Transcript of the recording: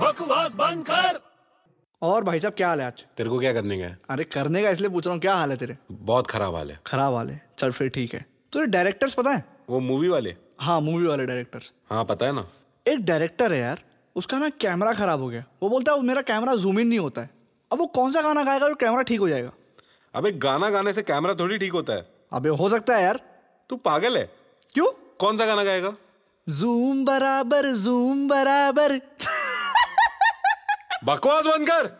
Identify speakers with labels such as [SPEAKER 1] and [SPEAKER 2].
[SPEAKER 1] बकवास बंद कर
[SPEAKER 2] और भाई साहब क्या हाल है आज
[SPEAKER 3] तेरे को क्या करने का है
[SPEAKER 2] अरे करने का इसलिए पूछ रहा हूँ क्या हाल है तेरे
[SPEAKER 3] बहुत खराब हाल है
[SPEAKER 2] खराब हाल है चल फिर ठीक है तो ये डायरेक्टर्स पता है
[SPEAKER 3] वो मूवी वाले
[SPEAKER 2] हाँ मूवी वाले डायरेक्टर्स
[SPEAKER 3] हाँ पता है ना
[SPEAKER 2] एक डायरेक्टर है यार उसका ना कैमरा खराब हो गया वो बोलता है मेरा कैमरा जूम इन नहीं होता है अब वो कौन सा गाना गाएगा जो कैमरा ठीक हो जाएगा
[SPEAKER 3] अबे गाना गाने से कैमरा थोड़ी ठीक होता है
[SPEAKER 2] अबे हो सकता है यार
[SPEAKER 3] तू पागल है
[SPEAKER 2] क्यों
[SPEAKER 3] कौन सा गाना गाएगा
[SPEAKER 2] जूम बराबर जूम बराबर
[SPEAKER 3] बकवास बंद कर